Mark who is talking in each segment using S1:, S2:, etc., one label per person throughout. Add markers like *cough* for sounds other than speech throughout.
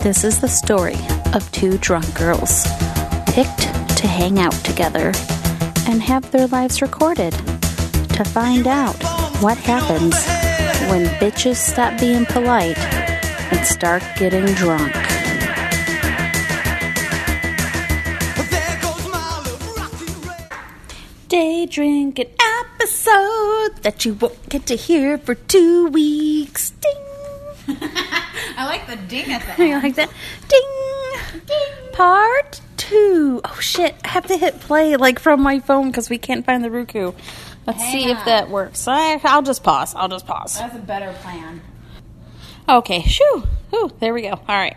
S1: This is the story of two drunk girls picked to hang out together and have their lives recorded to find out what happens when bitches stop being polite and start getting drunk. Day drinking episode that you won't get to hear for two weeks. Ding!
S2: I like the ding at the
S1: *laughs* Are you like that? Ding! Part two. Oh shit, I have to hit play like from my phone because we can't find the Roku. Let's
S2: Hang
S1: see if
S2: on.
S1: that works. I, I'll just pause. I'll just pause.
S2: That's a better plan.
S1: Okay, shoo! Whew, there we go. All right.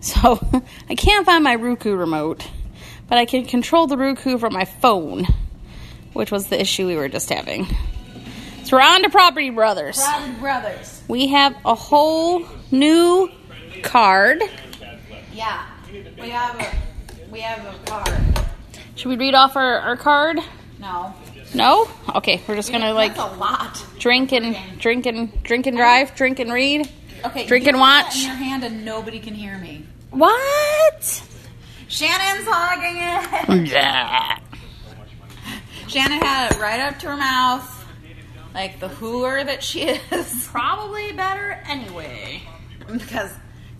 S1: So, *laughs* I can't find my Roku remote, but I can control the Roku from my phone, which was the issue we were just having. So, we're on to Property Brothers.
S2: Proud brothers.
S1: We have a whole new card.
S2: Yeah. We have a we have a card.
S1: Should we read off our, our card?
S2: No.
S1: No? Okay, we're just gonna like
S2: That's a lot.
S1: drink and drink and drink and drive, drink and read.
S2: Okay.
S1: Drink
S2: you
S1: and
S2: hold that
S1: watch.
S2: In your hand and nobody can hear me.
S1: What?
S2: Shannon's hogging it.
S1: Yeah.
S2: Shannon had it right up to her mouth, like the hooer that she is. *laughs*
S1: Probably better anyway.
S2: because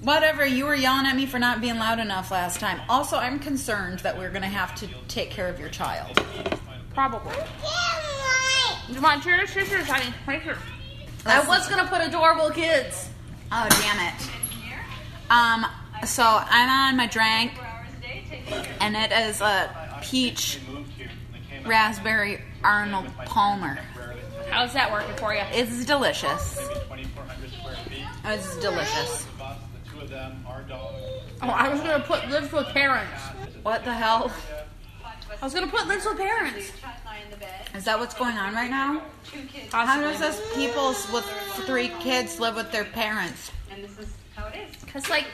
S2: whatever you were yelling at me for not being loud enough last time. Also, I'm concerned that we're gonna have to take care of your child.
S1: Probably. You want your sisters, honey? Right here.
S2: I was gonna put adorable kids. Oh damn it. Um, so I'm on my drink, and it is a peach raspberry Arnold Palmer.
S1: How's that working for you?
S2: It's delicious. Oh, It's delicious.
S1: Oh, I was gonna put lives with parents.
S2: What the hell?
S1: I was gonna put lives with parents.
S2: Is that what's going on right now? How
S1: Possibly.
S2: does this people with three kids live with their parents?
S1: Cause like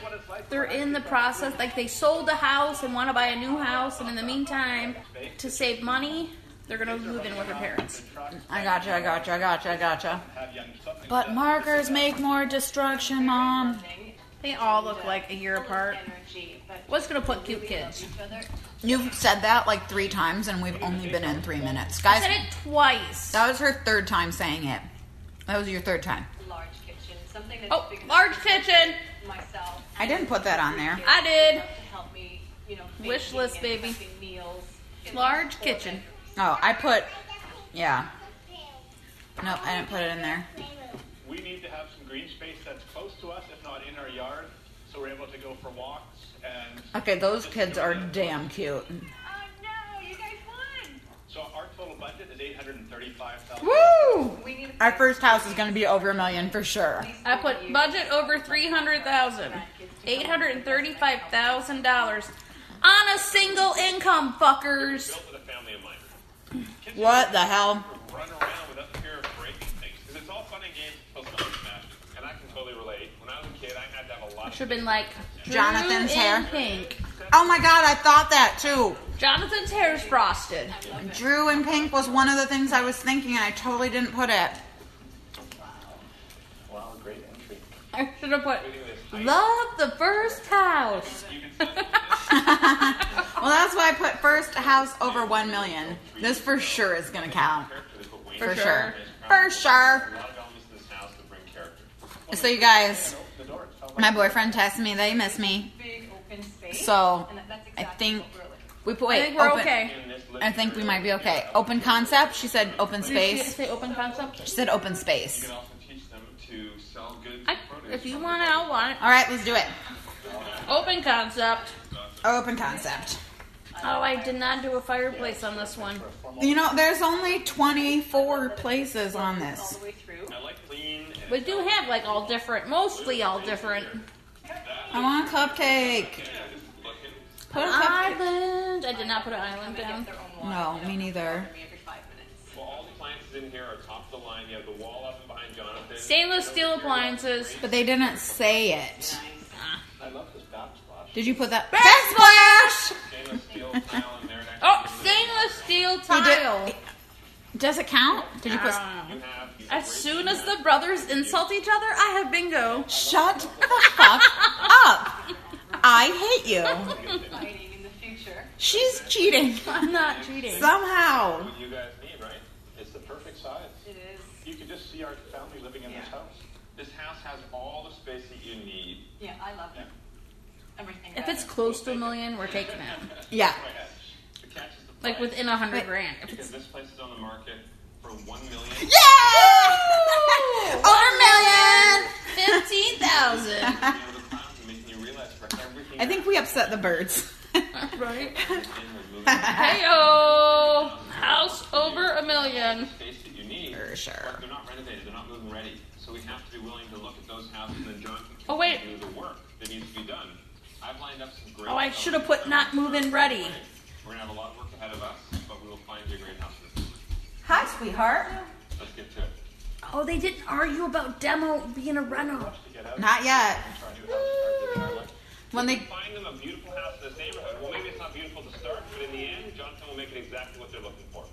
S1: they're in the process, like they sold the house and want to buy a new house, and in the meantime, to save money, they're gonna move in with their parents.
S2: I gotcha, I gotcha, I gotcha, I gotcha. But markers make more destruction, Mom.
S1: They all look like a year apart. What's gonna put cute kids?
S2: You've said that like three times, and we've only been in three minutes,
S1: I
S2: guys.
S1: said it twice.
S2: That was her third time saying it. That was your third time.
S3: large kitchen, something that's
S1: Oh,
S3: big enough
S1: large kitchen.
S3: for myself
S2: I didn't put that on there.
S1: I did.
S3: to help me, you know,
S1: Wish
S3: baking
S1: list,
S3: and
S1: baby.
S3: cooking meals.
S1: Large kitchen.
S2: Oh, I put. Yeah. Nope, I didn't put it in there.
S4: We need to have some green space that's close to us, if not in our yard, so we're able to go for walks and.
S2: Okay, those kids are damn cute.
S3: Oh no, you guys won!
S4: So our total budget is eight hundred and thirty-five thousand.
S2: Woo!
S3: We need
S2: Our first house is gonna be over a million for sure.
S1: I put budget over three hundred thousand. Eight hundred and thirty-five thousand dollars on a single income, fuckers.
S4: Built with a family in mind.
S2: What the hell?
S4: Run around without the fear of breaking things, because it's all fun and games until something smashes. And I can totally relate. When I was a kid, I had to have a lot. of
S1: Should have been like Drew
S2: Jonathan's
S1: in
S2: hair.
S1: Pink.
S2: Oh my god, I thought that too.
S1: Jonathan's hair is frosted.
S2: Drew and Pink was one of the things I was thinking, and I totally didn't put it.
S4: Wow, great entry.
S1: I should have put
S4: Doing this height,
S1: love the first house.
S4: you can still
S2: Well, that's why I put first house over one million. This for sure is gonna count.
S4: character they put weight
S2: For
S4: in.
S2: sure.
S1: sure.
S2: For sure.
S4: A lot of elements in this house that bring character.
S2: So, you guys,
S4: Open the door. Tell
S2: my boyfriend texted me that he missed me.
S3: big open space.
S2: So,
S3: and that- that's
S2: I
S3: exactly
S2: think
S3: what we're looking for.
S2: we put.
S1: I
S2: Wait,
S1: think we're
S2: open-
S1: okay.
S4: in this
S2: I
S4: living
S2: think we
S4: room.
S2: might be okay. Open concept. She said open
S1: Did she
S2: space.
S1: say open concept?
S2: She said open
S4: You
S2: space.
S4: can also teach them to sell goods
S1: I,
S4: and produce.
S1: if you want it, I want
S2: All right, let's do it.
S1: it. Open concept.
S2: Open concept.
S1: Oh, I did not do a fireplace on this one.
S2: You know, there's only 24 places on this.
S3: all the way through.
S4: I like clean and
S1: We do have like all different, mostly all different.
S2: I want a cupcake.
S4: looking.
S2: Put a cupcake.
S1: Island. I did not put an island
S3: They
S1: down.
S3: get their own water
S2: No, me neither.
S3: for me every five minutes.
S4: Well, all the appliances in here are top of the line. You have the wall up behind Jonathan.
S1: Stainless steel appliances.
S2: But they didn't say it.
S4: I love this backsplash.
S2: Did you put that? Backsplash!
S4: Stainless steel tile in there. Next
S1: Oh, stainless steel
S2: He did-
S1: tile.
S2: Does it count? Did you put?
S4: you have these
S1: As *laughs* soon as the brothers insult each other, I have bingo.
S2: Shut the fuck up! I hate you.
S3: fighting in the future.
S2: She's cheating
S5: I'm not cheating.
S2: somehow.
S6: What you guys need, right? It's the perfect size.
S3: It is.
S6: You can just see our family living in this
S3: Yeah.
S6: house. This house has all the space that you need.
S3: Yeah, I love it. Everything.
S5: If
S3: about
S5: it's
S3: it.
S5: close to a million, we're taking it.
S2: Yeah.
S6: Right. The catch is the
S5: Like
S6: price,
S5: within a hundred
S2: Wait.
S5: grand. If
S6: because
S5: it's
S6: this place is on the market for one million.
S2: Yeah! Over a million.
S5: fifteen
S2: *laughs*
S5: thousand,
S6: You know, the clowns are making you realize for
S2: *laughs*
S6: everything.
S2: I think we upset the birds.
S5: right?
S6: you're doing is
S2: *laughs*
S6: moving the
S5: Heyo, house over a million.
S6: space that you need.
S2: For sure.
S6: But they're not renovated. They're not moving ready. So we have to be willing to look at those houses and then John can
S5: Oh, wait.
S6: continue to do the work that needs to be done. I've lined up some great.
S5: Oh, I
S6: houses.
S5: should have put not moving ready.
S6: We're gonna have a lot of work ahead of us, but we will find you a great house.
S2: *laughs* Hi, sweetheart.
S6: Let's get to it.
S5: Oh, they didn't argue about demo being a reno.
S6: Rush to get out.
S2: Not yet.
S6: Try a new house, start living our life.
S2: When they
S6: find them a beautiful house in this neighborhood. Well, maybe it's not beautiful to start, but in the end, Johnson will make it exactly what they're looking for.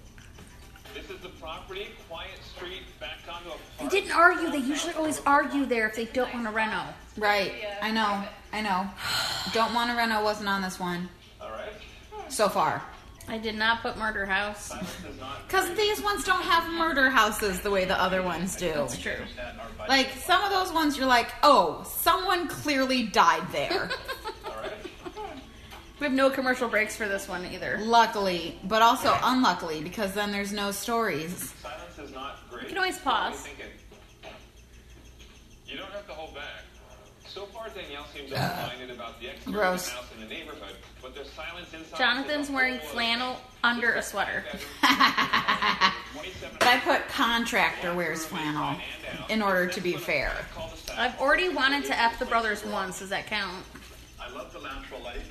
S6: This is the property, quiet street, back onto a
S5: They
S6: park.
S5: didn't argue. They usually always argue there if they don't want a reno.
S2: right, I know, I know. *sighs* Don't want to reno wasn't on this one
S6: All right.
S2: so far.
S5: I did not put murder house.
S6: Silence is not
S2: Cause these ones don't have murder houses the way the other ones do.
S5: That's true.
S6: that our budget.
S2: Like some of those ones, you're like, oh, someone clearly died
S5: *laughs*
S2: there.
S6: All right.
S5: We have no commercial breaks for this one either.
S2: Luckily, but also unluckily, because then there's no stories.
S6: Silence is not great. You
S5: can always pause.
S6: You don't have to hold back. So far, Danielle seems open-minded about the exterior of
S2: Gross.
S6: the house in the neighborhood, but there's silence inside.
S5: Jonathan's wearing flannel under a sweater.
S2: But I put contractor wears flannel in order to be fair.
S5: I've already wanted to F the brothers once. Does that count?
S6: I love the natural light.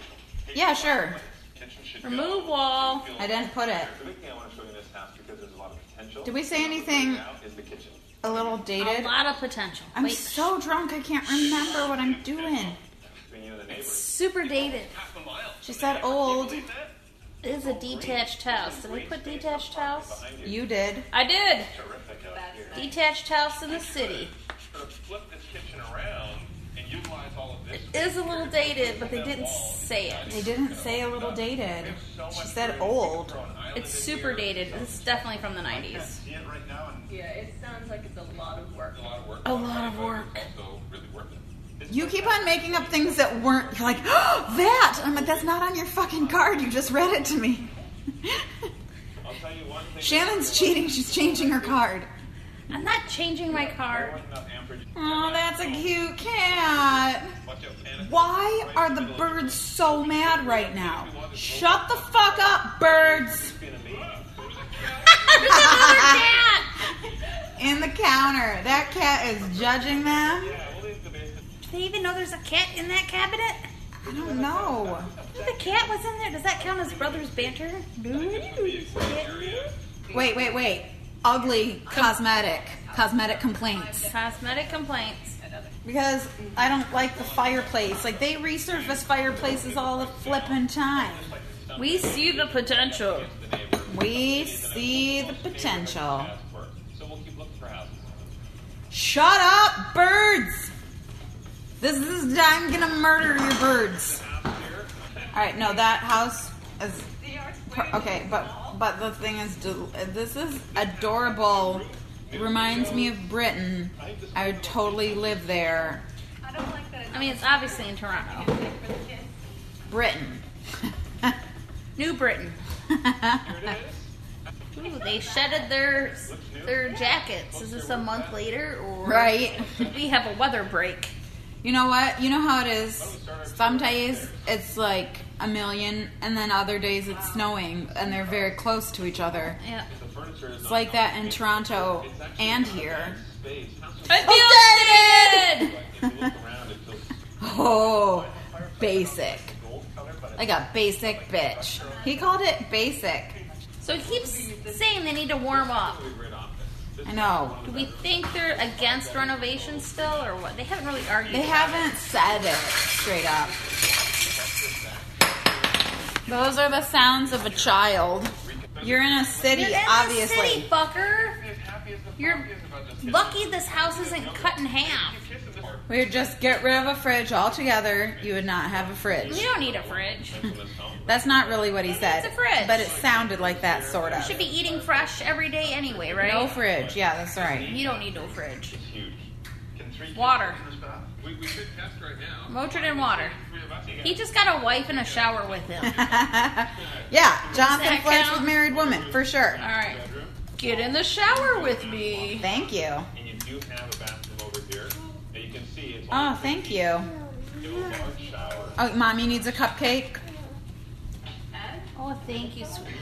S2: Yeah, sure.
S6: Kitchen should go.
S5: Remove wall.
S2: I didn't put it.
S6: The big thing I want to show you in this house because there's a lot of potential.
S2: Did we say anything
S6: Now is the kitchen.
S2: a little
S5: A
S2: dated?
S5: lot of potential.
S2: I'm
S5: Wait,
S2: so drunk I can't remember what I'm doing.
S6: Between you and the neighbors.
S5: super dated.
S6: Half a mile.
S2: She
S6: from the
S2: said
S6: neighbor. Can you
S2: old.
S6: believe that?
S5: It is a detached house. Did we
S6: Green
S5: put
S6: space
S5: detached
S6: up front
S5: house?
S6: and Behind you.
S2: You did.
S5: I did.
S6: Terrific out here.
S5: Detached house in the city.
S6: Sort of flip this kitchen around and utilize all of this.
S5: It is a little dated, but they didn't say
S2: They
S5: it.
S2: didn't say a little dated. She said old.
S5: It's super dated. It's definitely from the 90s.
S6: See it right now and
S3: Yeah, it sounds like it's a lot of work.
S6: a lot of work.
S5: A lot of work.
S6: Also really worth it. This
S2: You keep on making up things that weren't. You're like, oh, that. I'm like, that's not on your fucking card. You just read it to me. *laughs*
S6: I'll tell you one thing.
S2: Shannon's cheating. She's changing her card.
S5: I'm not changing my card.
S2: Oh, that's a cute cat.
S6: Watch out, Shannon.
S2: Why are the birds so mad right now? Shut the fuck up, birds!
S6: It's gonna be-
S2: In the counter. That cat is judging them.
S6: Yeah, we'll leave the basement.
S5: Do they even know there's a cat in that cabinet?
S2: I don't know.
S5: The cat was in there. Does that count as brothers' banter?
S2: Wait, wait, wait. Ugly cosmetic. Cosmetic complaints.
S5: Cosmetic complaints.
S2: Because I don't like the fireplace. Like, they resurface fireplaces all the flippin' time.
S5: We see the potential.
S2: We see the potential.
S6: Ask for it. So we'll keep looking for houses.
S2: Shut up, birds! This is. I'm gonna murder your birds. Alright, no, that house is.
S3: They are square.
S2: per- Okay, but but the thing is, del- this is adorable. Reminds me of Britain. I would totally live there.
S3: I don't like that.
S5: I mean, it's obviously in Toronto.
S3: It's like for the kids.
S2: Britain. *laughs*
S5: New Britain.
S6: Here it is.
S5: Ooh, they shedded their their jackets. Is this a month later or
S2: *laughs* Right.
S5: We have a weather break.
S2: You know what? You know how it is. Some days it's like a million, and then other days it's snowing, and they're very close to each other.
S5: Yeah.
S6: The furniture is
S2: It's like that in Toronto and here.
S6: space. How so
S5: I feel dated.
S6: if you look around, it feels
S2: Oh, basic.
S6: gold color, but
S2: Like a basic bitch. He called it basic.
S5: *laughs* So he keeps saying they need to warm up.
S6: it's a great office. This
S2: I know.
S5: Do we think they're against renovation still, or what? They haven't really argued.
S2: They haven't said it straight up. Those are the sounds of a child. You're in a city,
S5: You're in
S2: obviously.
S5: the city, fucker.
S6: is happy as the
S5: You're
S6: fuck is about this.
S5: lucky this house isn't cut in half.
S6: Kiss in the park.
S2: We would just get rid of a fridge altogether. You would not have a fridge.
S5: You don't need a fridge. You
S2: That's not really what he said.
S5: a fridge.
S2: But it sounded like that, sort of.
S5: should be eating fresh every day anyway, right?
S2: No fridge. Yeah, that's right. *laughs*
S5: You don't need no fridge.
S6: It's huge. Can three kids
S5: Water.
S6: fit in this bath? We, we should test right now.
S5: Motrin and water.
S6: Three of us.
S5: He just got a wife and a shower with
S2: *laughs*
S5: him.
S2: Yeah, Jonathan
S5: that
S2: Fletch was
S5: count?
S2: married woman, for sure.
S5: All right. Get in the shower with me.
S2: Thank you.
S6: And you do have a bathroom over here. And you can see it's
S5: Uh-huh.
S6: only
S2: Oh, thank you.
S6: a large shower.
S2: Oh, mommy needs a cupcake.
S5: Oh, thank you, sweetie.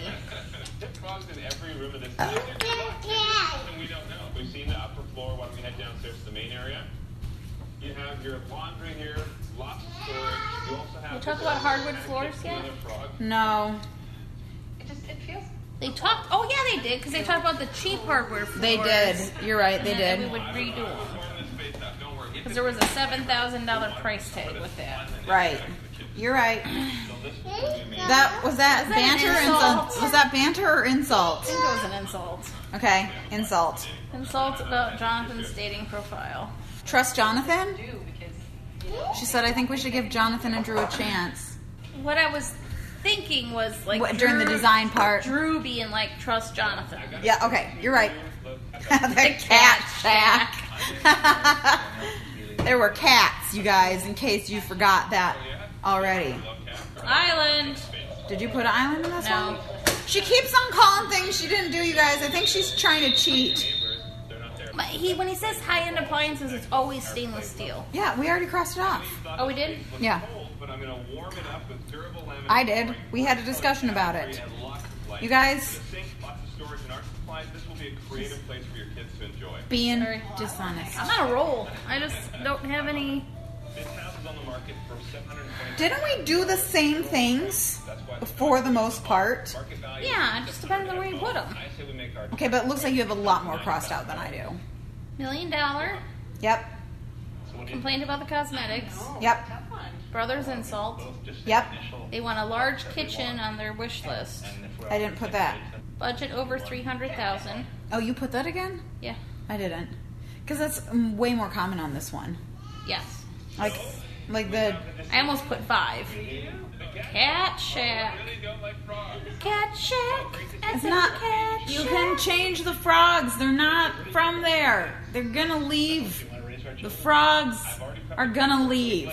S6: There are plugs in every room of this building. And we don't know. We've seen the upper floor when we head downstairs to the main area. You have your laundry here, lots of storage. You also have.
S5: You talk about hardwood floors yet?
S6: Another frog.
S2: No,
S3: It just it feels
S5: They talked. Oh yeah, they did because they talked about the cheap hardware floors.
S2: they did. You're right, they
S5: and then
S2: did.
S5: We would redo them
S6: We're in this space now. Don't worry.
S5: because there was a seven thousand dollar price tag with that.
S2: Right. You're right.
S6: So this will be amazing.
S2: That was that,
S5: that an
S2: banter or
S5: insult?
S2: insult? Was that banter or insult?
S5: I think it was an insult.
S2: Okay, insult.
S5: Insult about Jonathan's dating profile.
S2: Trust Jonathan?
S3: do because
S2: She said, I think we should give Jonathan and Drew a chance.
S5: What I was thinking was like
S2: What, during the
S5: Drew-
S2: design part?
S5: Drew being like, trust Jonathan.
S2: Yeah, okay, you're right. *laughs* the cat shack. there were cats, you guys, in case you forgot that already.
S5: Island.
S2: Did you put an island in this
S5: No.
S2: one? She keeps on calling things she didn't do, you guys. I think she's trying to cheat.
S5: But he when he says high end appliances, it's always stainless steel.
S2: Yeah, we already crossed it off.
S5: Oh, we did.
S2: Yeah,
S6: Cold, but I'm going to warm it up with durable laminate.
S2: I did. We had a discussion about it.
S6: and lots of light.
S2: You guys,
S6: Sink, lots of storage and art supplies. This will be a creative place for your kids to enjoy.
S2: being dishonest.
S5: I'm on a roll. I just don't have any.
S6: This house is on the market for 720.
S2: Didn't we do the same things for the most part?
S6: Market value.
S5: Yeah, it just depends on where you put them.
S6: I say we make our
S2: Okay, but it looks like you have a lot more crossed out than I do.
S5: Million dollar.
S2: Yep,
S5: Complained about the cosmetics.
S2: yep,
S3: tough one.
S5: Brothers insult.
S6: just the
S2: yep.
S6: initial.
S5: They want a large kitchen on their wish list.
S6: And if we're
S2: I didn't put that.
S5: Budget over three hundred thousand.
S2: Oh, you put that again?
S5: Yeah.
S2: I didn't. Because that's mm, way more common on this one.
S5: Yes.
S2: Like, like the.
S5: I almost put five. Cat shack.
S6: really don't like frogs.
S5: Cat shack.
S2: It's not.
S5: Cat
S2: You
S5: shack.
S2: can change the frogs. They're not from there. They're gonna leave. The frogs are gonna leave.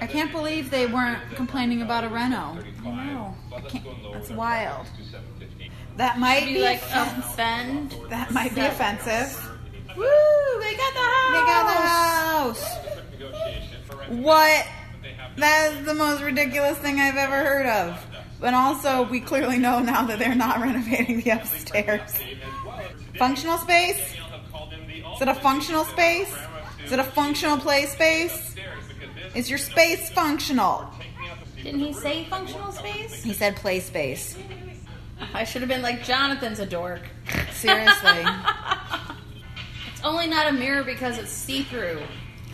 S2: I can't believe they weren't complaining about a Reno.
S5: I know.
S6: But let's go and lower
S2: That's
S6: it up
S2: wild.
S6: to 750.
S2: That might
S5: Be
S2: be
S5: like oh, um, offend.
S2: that might be offensive. Woo! They got the house. They got the house.
S6: Quick negotiation. All right,
S2: What?
S6: They have to
S2: That is the most ridiculous thing I've ever heard of. But also, we clearly know now that they're not *laughs* renovating the upstairs.
S6: save as well. Today,
S2: Functional space?
S6: Danielle have called in the
S2: Is it a functional space? Is it a functional play space?
S6: upstairs because this
S2: Is your space functional?
S6: taking out the
S5: Didn't he say functional space?
S2: He said play space.
S5: I should have been like Jonathan's a dork.
S2: Seriously.
S5: It's only not a mirror because it's see through.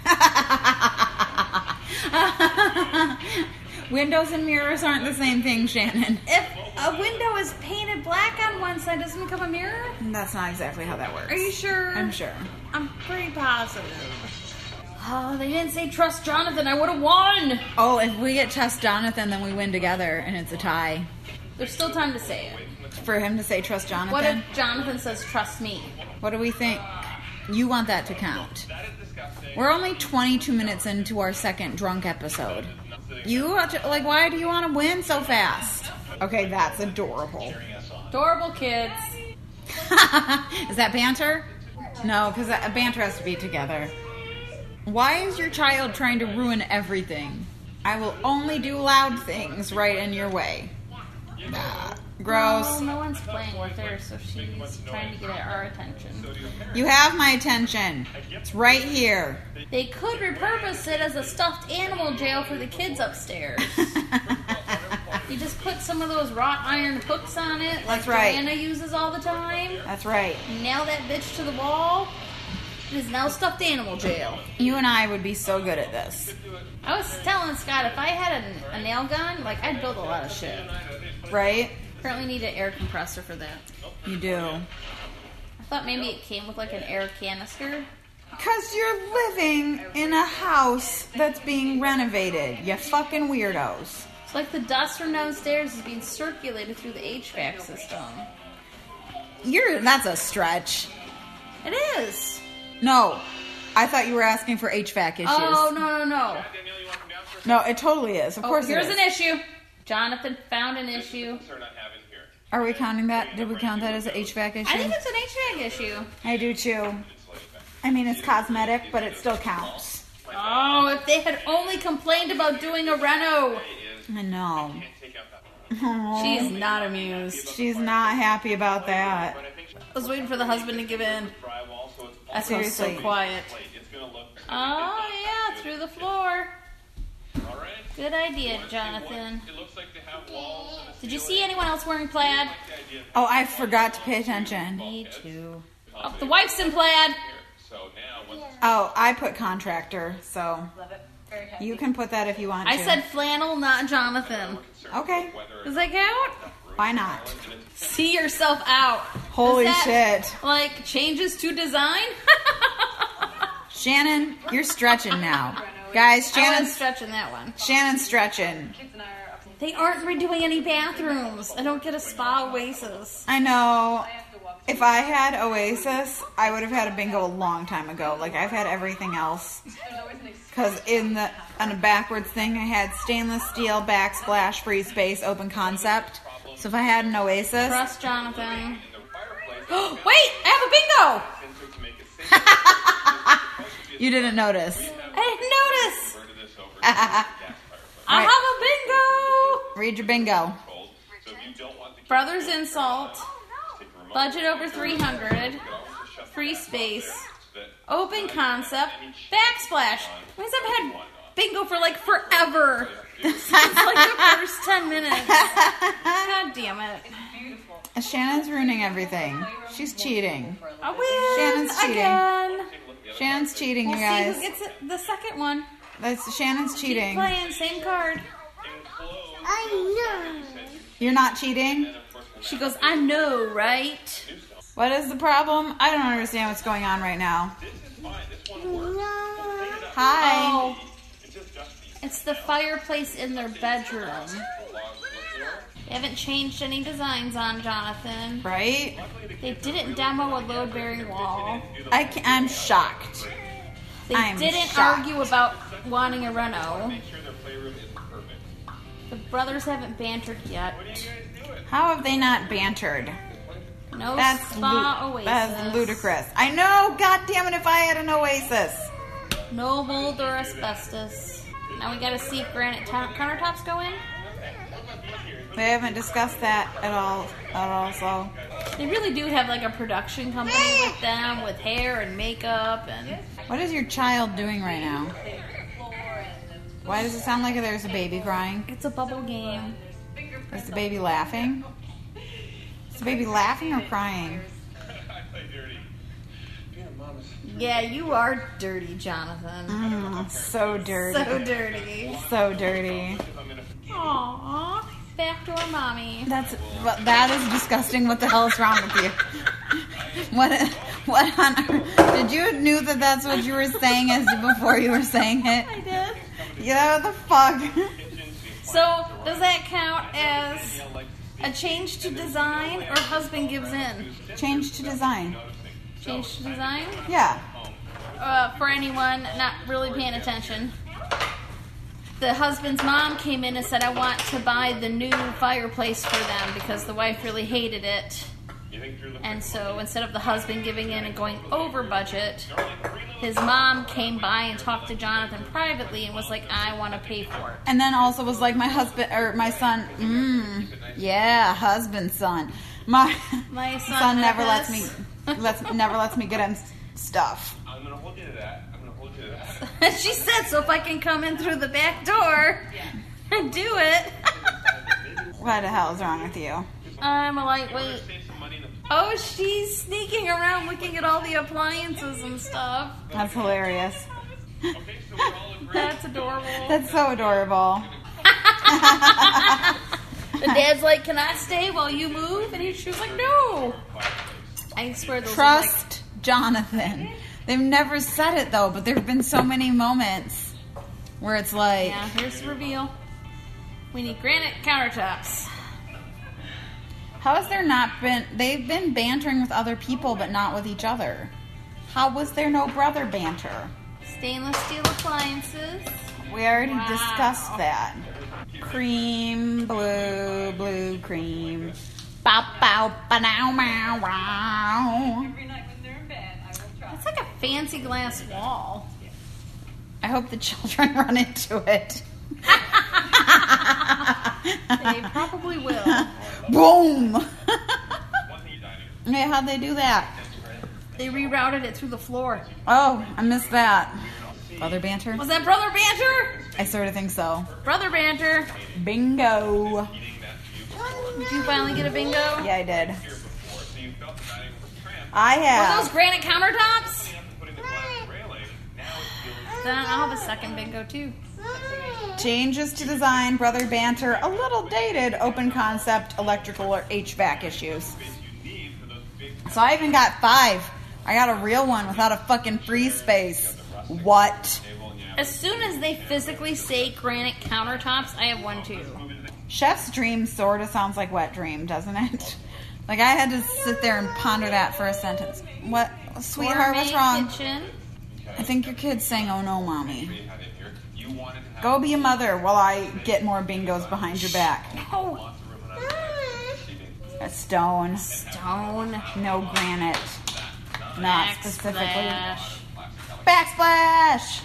S2: *laughs* Windows and mirrors aren't the same thing, Shannon.
S5: If a window is painted black on one side, doesn't it become a mirror?
S2: That's not exactly how that works.
S5: Are you sure?
S2: I'm sure.
S5: I'm pretty positive. Oh, they didn't say trust Jonathan. I would have won.
S2: Oh, if we get Trust Jonathan, then we win together and it's a tie.
S5: There's still time to say it.
S2: For him to say Trust Jonathan,
S5: What if Jonathan says trust me?
S2: what do we think? You want that to count.
S6: That is disgusting.
S2: We're only 22 minutes into our second drunk episode. You want to- like why do you want to win so fast? Okay, that's adorable.
S5: Adorable kids.
S2: *laughs* is that banter? No, because banter has to be together. Why is your child trying to ruin everything? I will only do loud things right in your way. Nah,
S5: Well,
S2: gross.
S5: no one's playing with her, so she's trying to get at our attention.
S2: You have my attention. It's right here.
S5: They could repurpose it as a stuffed animal jail for the kids upstairs.
S2: *laughs*
S5: you just put some of those wrought iron hooks on it, like
S2: That's right.
S5: Joanna uses all the time.
S2: That's right.
S5: Nail that bitch to the wall. It is now stuffed animal jail.
S2: You and I would be so good at this.
S5: I was telling Scott if I had a, a nail gun, like I'd build a lot of shit.
S2: Right?
S5: Apparently need an air compressor for that.
S2: You do.
S5: I thought maybe it came with like an air canister.
S2: Because you're living in a house that's being renovated, you fucking weirdos.
S5: It's like the dust from downstairs is being circulated through the HVAC system.
S2: You're that's a stretch.
S5: It is.
S2: No, I thought you were asking for HVAC issues.
S5: Oh no no no!
S6: Danielle, you want to come down for a
S2: no, it totally is. Of
S5: Oh,
S2: course, it
S5: here's
S2: is.
S5: an issue. Jonathan found an issue.
S6: concern I'm having here?
S2: Are we counting that? Did we count that as an HVAC issue?
S5: I think it's an HVAC issue.
S2: I do too.
S6: It's like that.
S2: I mean, it's cosmetic, but it still counts.
S5: Oh, if they had only complained about doing a reno.
S2: I know.
S6: Can't take out that
S5: *laughs*
S6: one.
S5: She's not amused.
S2: *laughs* She's not happy about that.
S6: But I think
S7: I was waiting for the husband to give in.
S6: drywall, so it's all
S7: That's why he's so
S2: Seriously.
S7: quiet.
S6: plate. It's going to look.
S5: Oh yeah, through the floor.
S6: All right.
S5: Good idea, Jonathan.
S6: It looks like they have walls. And
S5: Did you see anyone else wearing plaid?
S6: it's the idea of
S2: Oh, I forgot to pay attention.
S5: Me too.
S6: confidence
S5: Oh, The wife's in plaid.
S6: here. So now, once
S2: Oh, I put contractor, so you can put that if you want to.
S5: I said flannel, not Jonathan.
S2: okay.
S5: Does that count?
S2: Why not?
S5: See yourself out.
S2: Holy
S5: Is that-
S2: shit,
S5: Like changes to design. *laughs*
S2: Shannon, you're stretching
S5: *laughs*
S2: now, guys.
S5: I was
S2: Shannon's
S5: stretching that one.
S2: Shannon's stretching.
S5: They aren't redoing any bathrooms. I don't get a spa oasis.
S2: I know. If I had Oasis, I would have had a bingo a long time ago. Like I've had everything else. Cause in the on a backwards thing, I had stainless steel backsplash, free space, open concept. So if I had an Oasis, *gasps*
S5: Trust Jonathan.
S6: in the fireplace,
S5: Wait, I have
S6: it's into to make it safe. supposed to
S2: *laughs*
S6: be
S2: you didn't notice.
S5: a bingo. I didn't notice.
S6: converted this over to a gas fireplace.
S5: I
S2: Right.
S5: have a bingo.
S2: Read your bingo.
S6: Cold. So if you don't want the kids
S5: Brothers Insult,
S6: to take a remote,
S5: budget over 300,
S6: you can also shut the
S5: free
S6: gas off
S5: space,
S6: there so that
S5: open concept, backsplash. Means I've had bingo for like forever. *laughs* This is like the first 10 minutes. God damn it.
S2: Shannon's ruining everything. She's cheating.
S5: I win
S2: Shannon's cheating.
S5: again.
S2: Shannon's cheating, you
S5: We'll
S2: guys.
S5: see who gets it- the second one.
S2: That's Shannon's
S5: Keep
S2: cheating.
S5: playing, same card.
S2: You're not cheating.
S5: She goes, I know, right?
S2: What is the problem? I don't understand what's going on right now. Hi.
S5: Oh, it's the fireplace in their bedroom. They haven't changed any designs on Jonathan.
S2: Right?
S5: They didn't demo a load bearing wall.
S2: I can- I'm shocked.
S5: They
S2: I'm
S5: didn't
S2: shocked.
S5: argue about wanting a reno.
S6: Make sure their playroom is perfect. *laughs*
S5: The brothers haven't bantered yet.
S6: What are you guys doing?
S2: How have they not bantered?
S5: No
S2: That's,
S5: spa
S2: lu-
S5: oasis.
S2: that's ludicrous. I know. God damn it! If I had an oasis,
S5: No mold or asbestos. Now we gotta see if granite ta- countertops go in.
S2: they haven't discussed that at all. At all. So
S5: They really do have like a production company with them, with hair and makeup and.
S2: What is your child doing right now? Why does it sound like there's a baby crying?
S5: It's a bubble game.
S2: Is the baby laughing? Is the baby laughing or crying?
S6: I play dirty. Yeah, mom is
S5: Yeah, you are dirty, *laughs* Jonathan.
S2: Mm, so dirty.
S5: So dirty.
S2: So dirty.
S6: I'm in a
S5: Aww. Backdoor mommy.
S2: That's well, that is disgusting. What the hell is wrong with you? What what on earth? Did you knew that that's what you were saying as before you were saying it?
S5: I did.
S2: Yeah, what the fuck.
S6: kitchen. See if
S5: So, does that count as
S6: Danielle likes to
S5: a change to design or husband gives in?
S2: Change to design.
S6: noticing.
S5: Change to design?
S2: Yeah.
S5: Uh, for anyone not really paying attention. The husband's mom came in and said, I want to buy the new fireplace for them because the wife really hated it.
S6: You think through the
S5: And so instead of the husband giving in and going over budget, his mom came by and talked to Jonathan privately and was like, I want to pay for it.
S2: And then also was like my husband or my son. Mm, yeah, husband, son. My
S5: My son
S2: never
S5: Nicholas.
S2: lets me lets never lets me get him s- stuff.
S6: I'm gonna hold you to that. I'm gonna hold you to that.
S5: *laughs* she said, So if I can come in through the back door *laughs* and do it, *laughs*
S2: What the hell is wrong with you?
S5: I'm a lightweight.
S6: Save some money in the
S5: Oh, she's sneaking around looking at all the appliances and stuff.
S2: That's
S5: *laughs*
S2: hilarious.
S6: Okay, so we all agree.
S5: That's adorable.
S2: That's so adorable.
S5: The dad's like, Can I stay while you move? And he, she was like, No. I swear those are like-
S2: Trust Jonathan. They've never said it though, but there have been so many moments where it's like,
S5: Yeah, here's the reveal. We need granite countertops.
S2: how has there not been? They've been bantering with other people, but not with each other. How was there no brother banter?
S5: Stainless steel appliances.
S2: We already discussed that. Cream, blue, blue cream. Bow, bow, ba-now, wow, wow.
S3: Every night when they're in bed, I will try.
S5: That's like a fancy glass
S2: *laughs*
S5: wall.
S2: I hope the *laughs* children run into it.
S5: They probably will.
S2: Boom! *laughs*
S6: One thing you die to.
S2: yeah, how'd they do that?
S5: They rerouted it through the floor.
S2: Oh, I missed that. Brother banter?
S5: Was that brother banter?
S2: I sort of think so.
S5: Brother banter.
S2: Bingo!
S6: Eating that view
S5: Did you finally get a bingo?
S2: Yeah, I did.
S6: here before, so you felt the dining was cramped.
S2: I
S5: Were those
S2: have.
S5: granite countertops?
S6: After putting the glass railing, now it feels
S5: Then I'll have a second bingo too.
S2: Changes to design, brother banter, a little dated, open concept, electrical or HVAC issues.
S6: space you need for those big
S2: So I even got five. I got a real one without a fucking free space. What?
S6: table and you have
S5: As soon as they physically say granite countertops, I have one too.
S2: Chef's dream sort of sounds like wet dream, doesn't it? *laughs* Like I had to sit there and ponder that for a sentence. What, sweetheart? What's
S5: Gourmet
S2: wrong?
S5: Kitchen.
S2: I think your kid's saying, "Oh no, mommy."
S6: you had in here. You wanted to have
S2: Go be a mother while I get more bingos behind your back.
S5: Oh,
S6: lots of room on other sides for seating.
S2: A stone,
S5: stone.
S2: no granite, not specifically.
S5: Backsplash.
S2: Backsplash.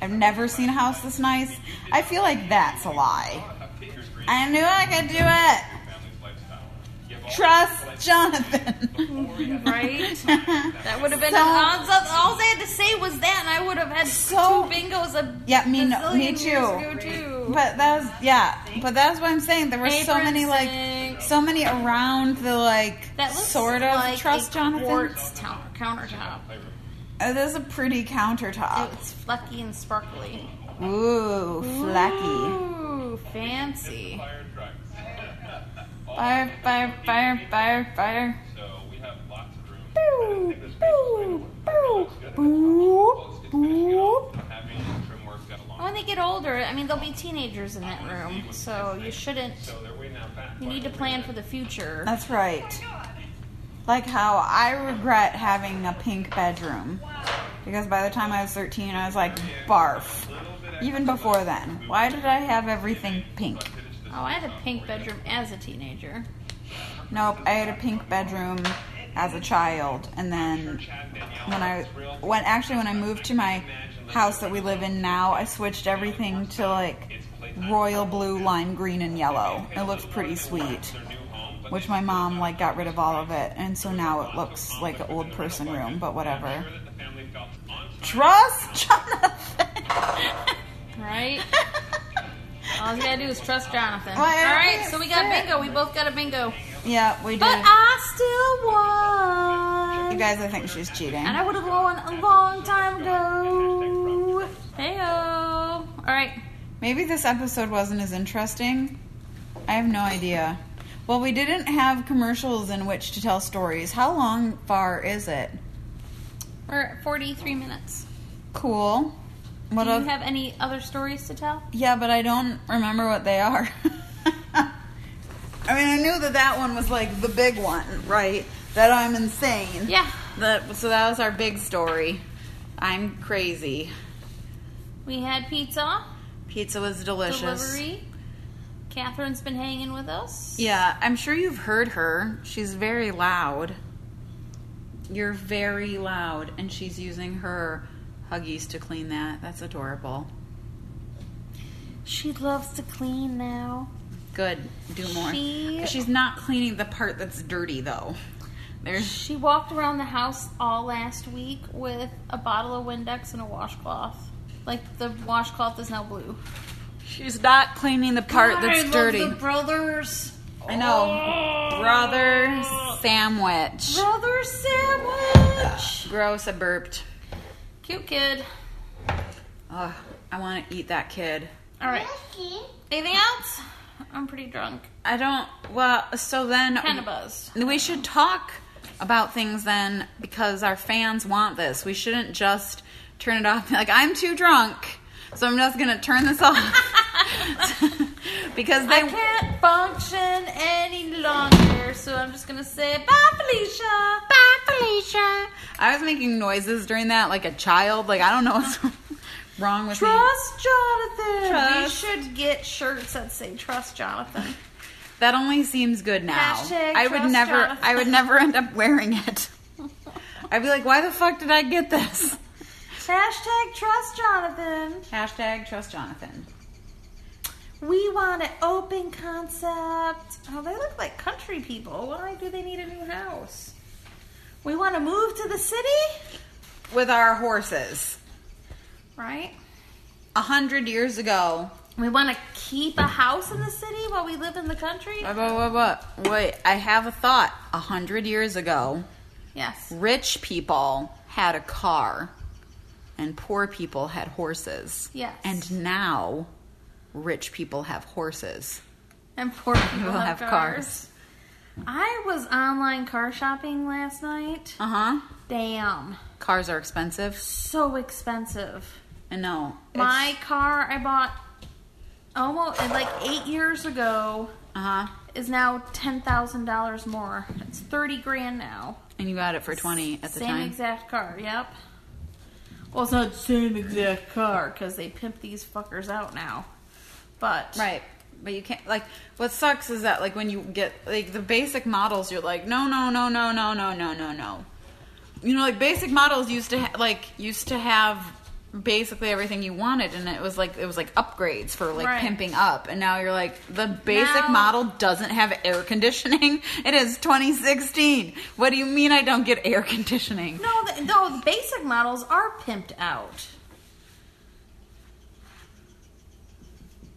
S2: I've never seen a house this nice. I feel like that's a lie.
S6: Figure three,
S2: I knew I could do it.
S6: family's lifestyle. You have all
S2: Trust Jonathan.
S5: Right?
S2: *laughs*
S5: that would have been
S2: So-
S5: odds of- all they had to say was that, and I would have had
S2: So-
S5: two bingos a
S2: Yeah, me- me
S5: bazillion years
S2: too.
S5: ago, too.
S2: But that was yeah. But that's what I'm saying. There were so
S5: Apron
S2: many
S5: sink.
S2: like so many around the like
S5: that looks
S2: sort of
S5: like
S2: trust
S5: a
S2: Jonathan.
S5: quartz town- countertop.
S2: Oh, this is a pretty countertop.
S5: It's flecky and sparkly.
S2: Ooh, flacky.
S5: Ooh, fancy.
S6: fire trucks. *laughs*
S2: Fire, fire, fire, fire, fire.
S6: So we have lots of room. I
S2: Boo,
S6: think this space is
S2: boo,
S6: big.
S2: boo,
S6: Looks good. It's
S2: boop,
S6: finishing
S2: boop.
S6: up. Having trim work got along.
S5: When they get older, I mean, there'll be teenagers in that room, so you shouldn't.
S6: So they're way now back.
S5: You need to plan for the future.
S2: That's right. Like how I regret having a pink bedroom. Because by the time I was 13, I was like, barf. Even before then. Why did I have everything pink?
S5: Oh, I had a pink bedroom as a teenager.
S2: Nope, I had a pink bedroom as a child, and then when I when actually when I moved to my house that we live in now, I switched everything to like royal blue, lime green, and yellow. It looks pretty sweet, which my mom like got rid of all of it, and so now it looks like an old person room. But whatever.
S6: The family felt on
S2: Trust Jonathan. *laughs*
S5: Right? All you gotta do is trust Jonathan.
S2: Well, Oh, I
S5: Alright,
S2: already
S5: so we got
S2: said.
S5: bingo. We both got a bingo.
S2: Yeah, we
S5: But um,
S2: did.
S5: I still
S2: You
S5: won.
S2: guys, I think she's cheating.
S5: And I would have won a long time ago. Heyo. Alright.
S2: Maybe this episode wasn't as interesting. I have no idea. Well, we didn't have commercials in which to tell stories. How long far is it?
S5: We're at 43 minutes.
S2: Cool. What
S5: Do you
S2: else?
S5: have any other stories to tell?
S2: yeah, but I don't remember what they are. *laughs* I mean, I knew that that one was like the big one, right? That I'm insane.
S5: Yeah.
S2: That so that was our big story. I'm crazy.
S5: We had pizza,
S2: Pizza was delicious.
S5: delivery. Catherine's been hanging with us.
S2: Yeah, I'm sure you've heard her. She's very loud. You're very loud, and she's using her huggies to clean that. That's adorable.
S5: She loves to clean now.
S2: Good. Do more.
S5: She-
S2: She's not cleaning the part that's dirty, though. There's.
S5: She walked around the house all last week with a bottle of Windex and a washcloth. Like the washcloth is now blue.
S2: She's not cleaning the part
S5: God, I
S2: that's
S5: love
S2: dirty.
S5: the Oh. brothers.
S2: I know. Brother sandwich.
S5: Brother sandwich.
S2: Gross. I burped.
S5: Cute kid.
S2: Ugh. I want to eat that kid.
S5: All right. Anything else? I'm pretty drunk.
S2: I don't. Well, so then
S5: Kind of buzzed.
S2: We should talk about things then because our fans want this. We shouldn't just turn it off. Like I'm too drunk, so I'm just gonna turn this off *laughs* because they
S5: I can't function any longer, so I'm just gonna say bye, Felicia. Bye, Felicia.
S2: I was making noises during that like a child. Like I don't know what's *laughs* wrong with me.
S5: Trust Jonathan.
S2: Trust.
S5: We should get shirts that say "Trust Jonathan." *laughs*
S2: That only seems good now.
S5: Hashtag
S2: I would
S5: trust
S2: never
S5: Jonathan.
S2: I would never end up wearing it. *laughs* I'd be like, why the fuck did I get this?
S5: Hashtag Trust Jonathan.
S2: Hashtag trust Jonathan.
S5: We want an open concept. Oh, they look like country people. Why do they need a new house? We want to move to the city,
S2: With our horses.
S5: right?
S2: A hundred years ago.
S5: We want to keep a house in the city while we live in the country.
S2: Wait, wait, wait, wait. Wait, I have a thought. A hundred years ago,
S5: Yes.
S2: rich people had a car and poor people had horses.
S5: Yes.
S2: And now rich people have horses.
S5: And poor people
S2: People
S5: have,
S2: have
S5: cars. I was online car shopping last night.
S2: Uh-huh.
S5: Damn,
S2: Cars are expensive.
S5: so expensive.
S2: I know. It's-
S5: My car I bought almost like eight years ago
S2: uh-huh.
S5: is now ten thousand dollars more. It's thirty grand now.
S2: And you got it for 20 at the
S5: same
S2: time.
S5: exact car. Yep. Well, it's not the same exact car because they pimp these fuckers out now. But
S2: Right. But you can't like what sucks is that like when you get like the basic models you're like no no no no no no no no no. You know like basic models used to ha- like used to have basically everything you wanted and it was like it was like upgrades for like
S5: Right.
S2: pimping up and now you're like the basic
S5: Now-
S2: model doesn't have air conditioning. *laughs* It is 2016. What do you mean I don't get air conditioning?
S5: no, the, no, the basic models are pimped out.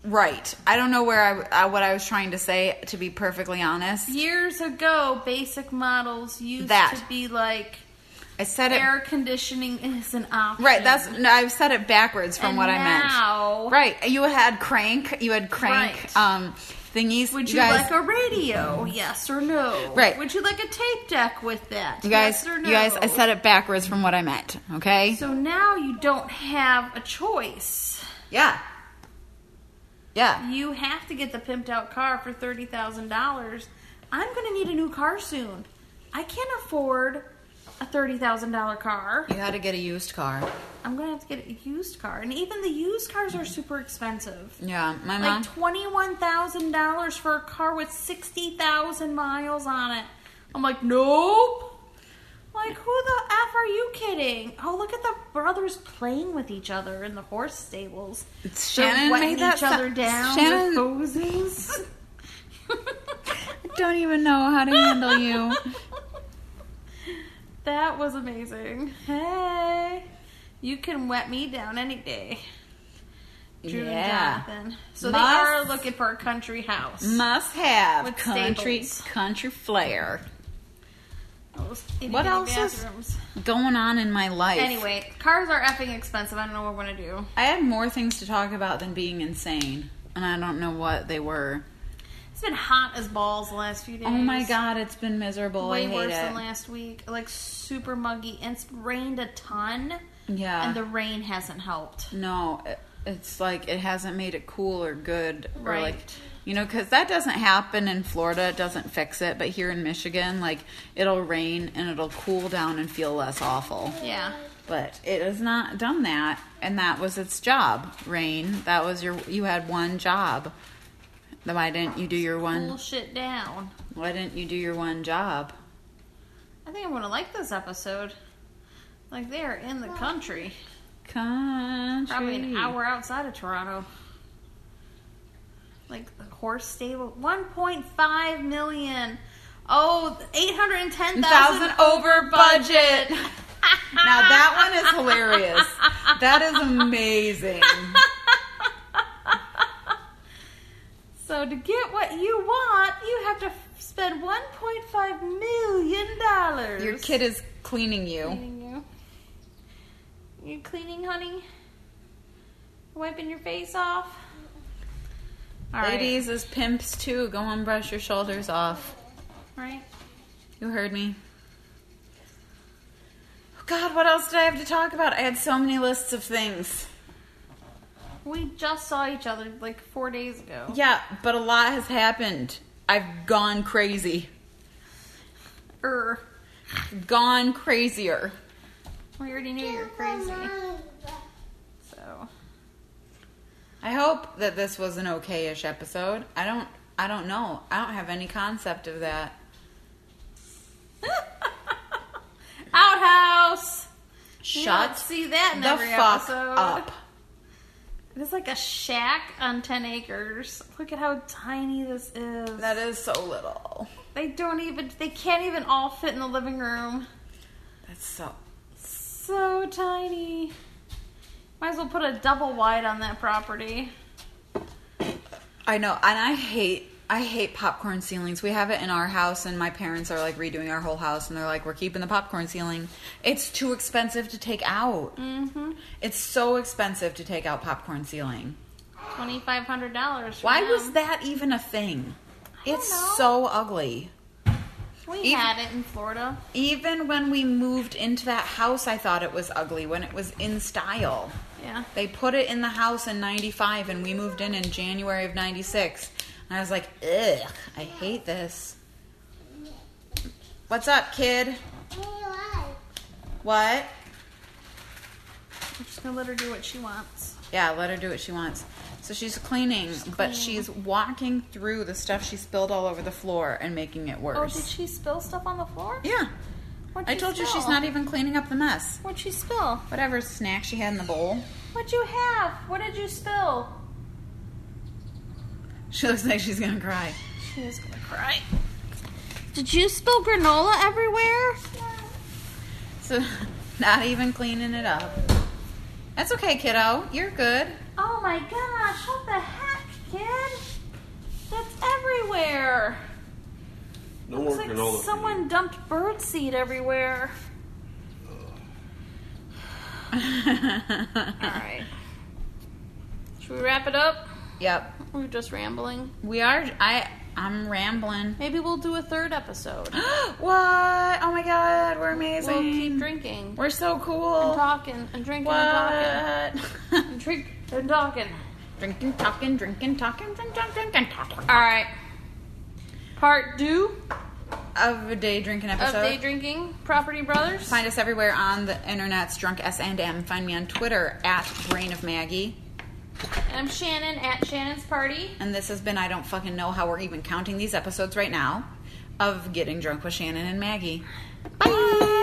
S2: Right. I don't know where I, I what I was trying to say to be perfectly honest.
S5: Years ago, basic models used
S2: That.
S5: to be like
S2: I said it
S5: air conditioning is an option.
S2: Right, that's no, I've said it backwards from
S5: And
S2: what I
S5: now-
S2: meant. Right, you had crank, you had crank
S5: Right.
S2: um thingies.
S5: Would you,
S2: you guys,
S5: like a radio? Yes or no?
S2: Right.
S5: Would you like a tape deck with that?
S2: you guys,
S5: yes or no?
S2: you guys, I said it backwards from what I meant. Okay.
S5: So now you don't have a choice.
S2: yeah. Yeah.
S5: You have to get the pimped out car for thirty thousand dollars. I'm going to need a new car soon. I can't afford a thirty thousand dollar car.
S2: You had to get a used car.
S5: I'm going to have to get a used car, and even the used cars are super expensive.
S2: Yeah, my mom.
S5: Like twenty-one thousand dollars for a car with sixty thousand miles on it. I'm like, nope. Like, who the f are you kidding? Oh, look at the brothers playing with each other in the horse stables.
S2: Shannon
S5: They're wetting
S2: made that
S5: each other
S2: sou-
S5: down.
S2: Shannon-
S5: with posies.
S2: *laughs* I don't even know how to handle you.
S5: *laughs* That was amazing. Hey, you can wet me down any day. Drew
S2: Yeah.
S5: and Jonathan. So
S2: Must-
S5: they are looking for a country house.
S2: Must have
S5: With
S2: country
S5: staples.
S2: country flair
S5: Those itty
S2: What
S5: bitty
S2: else is-
S5: bathrooms.
S2: going on in my life.
S5: Anyway, cars are effing expensive. I don't know what we're gonna do.
S2: I had more things to talk about than being insane, and I don't know what they were.
S5: It's been hot as balls the last few days.
S2: Oh my god, it's been miserable.
S5: way
S2: I hate
S5: worse
S2: it.
S5: than last week. Like super muggy. And it's rained a ton,
S2: yeah.
S5: and the rain hasn't helped.
S2: no, it, it's like it hasn't made it cool or good or like
S5: Right.
S2: you know cuz that doesn't happen in Florida, it doesn't fix it, but here in Michigan like it'll rain and it'll cool down and feel less awful.
S5: Yeah,
S2: But it has not done that and that was its job. Rain, that was your you had one job. Then Why didn't you do your one?
S5: bullshit down.
S2: Why didn't you do your one job?
S5: I think I'm gonna like this episode. Like they are in the country,
S2: Country.
S5: probably an hour outside of Toronto. Like the horse stable, 1.5 million. Oh, 810,000
S2: thousand over budget. *laughs* now that one is hilarious. That is amazing.
S5: So to get what you want, you have to f- spend 1.5 million dollars.
S2: Your kid is cleaning you.
S5: cleaning you. You cleaning, honey? Wiping your face off. All right.
S2: Ladies as pimps too. Go and brush your shoulders off.
S5: All right.
S2: You heard me. God, what else did I have to talk about? I had so many lists of things.
S5: We just saw each other like four days ago.
S2: Yeah, but a lot has happened. I've gone crazy.
S5: Er,
S2: Gone crazier.
S5: we already knew you were crazy. *laughs* So,
S2: I hope that this was an okay-ish episode. I don't I don't know. I don't have any concept of that.
S5: outhouse.
S2: Shut
S5: Yeah, let's see that in
S2: the
S5: every
S2: fuck
S5: episode.
S2: up.
S5: It's like a shack on ten acres. Look at how tiny this is.
S2: That is so little.
S5: they don't even. They can't even all fit in the living room.
S2: That's so
S5: So tiny. Might as well put a double wide on that property.
S2: I know, and I hate I hate popcorn ceilings. We have it in our house and my parents are like redoing our whole house and they're like we're keeping the popcorn ceiling. It's too expensive to take out.
S5: Mm-hmm.
S2: It's so expensive to take out popcorn ceiling.
S5: Twenty five hundred dollars.
S2: Why was that even a thing?
S5: don't
S2: It's
S5: know.
S2: so ugly.
S5: We
S2: even-
S5: had it in Florida.
S2: Even when we moved into that house, I thought it was ugly when it was in style.
S5: Yeah.
S2: They put it in the house in 95 and we moved in in January of 96. And I was like, ugh, I hate this. What's up, kid? What?
S5: I'm just gonna let her do what she wants.
S2: Yeah, let her do what she wants. So she's cleaning, but she's walking through the stuff she spilled all over the floor and making it
S5: Oh, did
S2: worse.
S5: she spill stuff on the floor?
S2: yeah.
S5: What'd
S2: I
S5: she
S2: told you she's
S5: spill?
S2: not e- even cleaning up the mess.
S5: What'd she spill?
S2: Whatever snack she had in the bowl.
S5: What'd you have? What did you spill?
S2: She looks like she's gonna cry.
S5: She is gonna cry. Did you spill granola everywhere?
S2: So, *laughs* not even cleaning it up. That's okay, kiddo. You're good.
S5: Oh my gosh, what the heck, kid? That's everywhere.
S8: No more
S5: Looks like
S8: granola. for
S5: someone dumped birdseed *laughs* everywhere. Alright. Should we wrap it up?
S2: yep.
S5: We We're just rambling.
S2: We are. I. I'm rambling. *gasps*
S5: Maybe we'll do a third episode.
S2: what? Oh my God. We're amazing.
S5: We'll keep drinking.
S2: We're so
S5: And
S2: cool.
S5: talking and drinking and talking.
S2: What? *laughs*
S5: And drink and talking.
S2: drinking, talking, drinking, talking, drinking, drinking, talking.
S5: Alright. Part two
S2: Of a day drinking
S5: of
S2: episode.
S5: Day Drinking Property Brothers.
S2: Find us everywhere on the internet's drunk S and M. Find me on Twitter at Brain of Maggie.
S5: And I'm Shannon at Shannon's Party.
S2: and this has been I don't fucking know how we're even counting these episodes right now of Getting Drunk with Shannon and Maggie. Bye.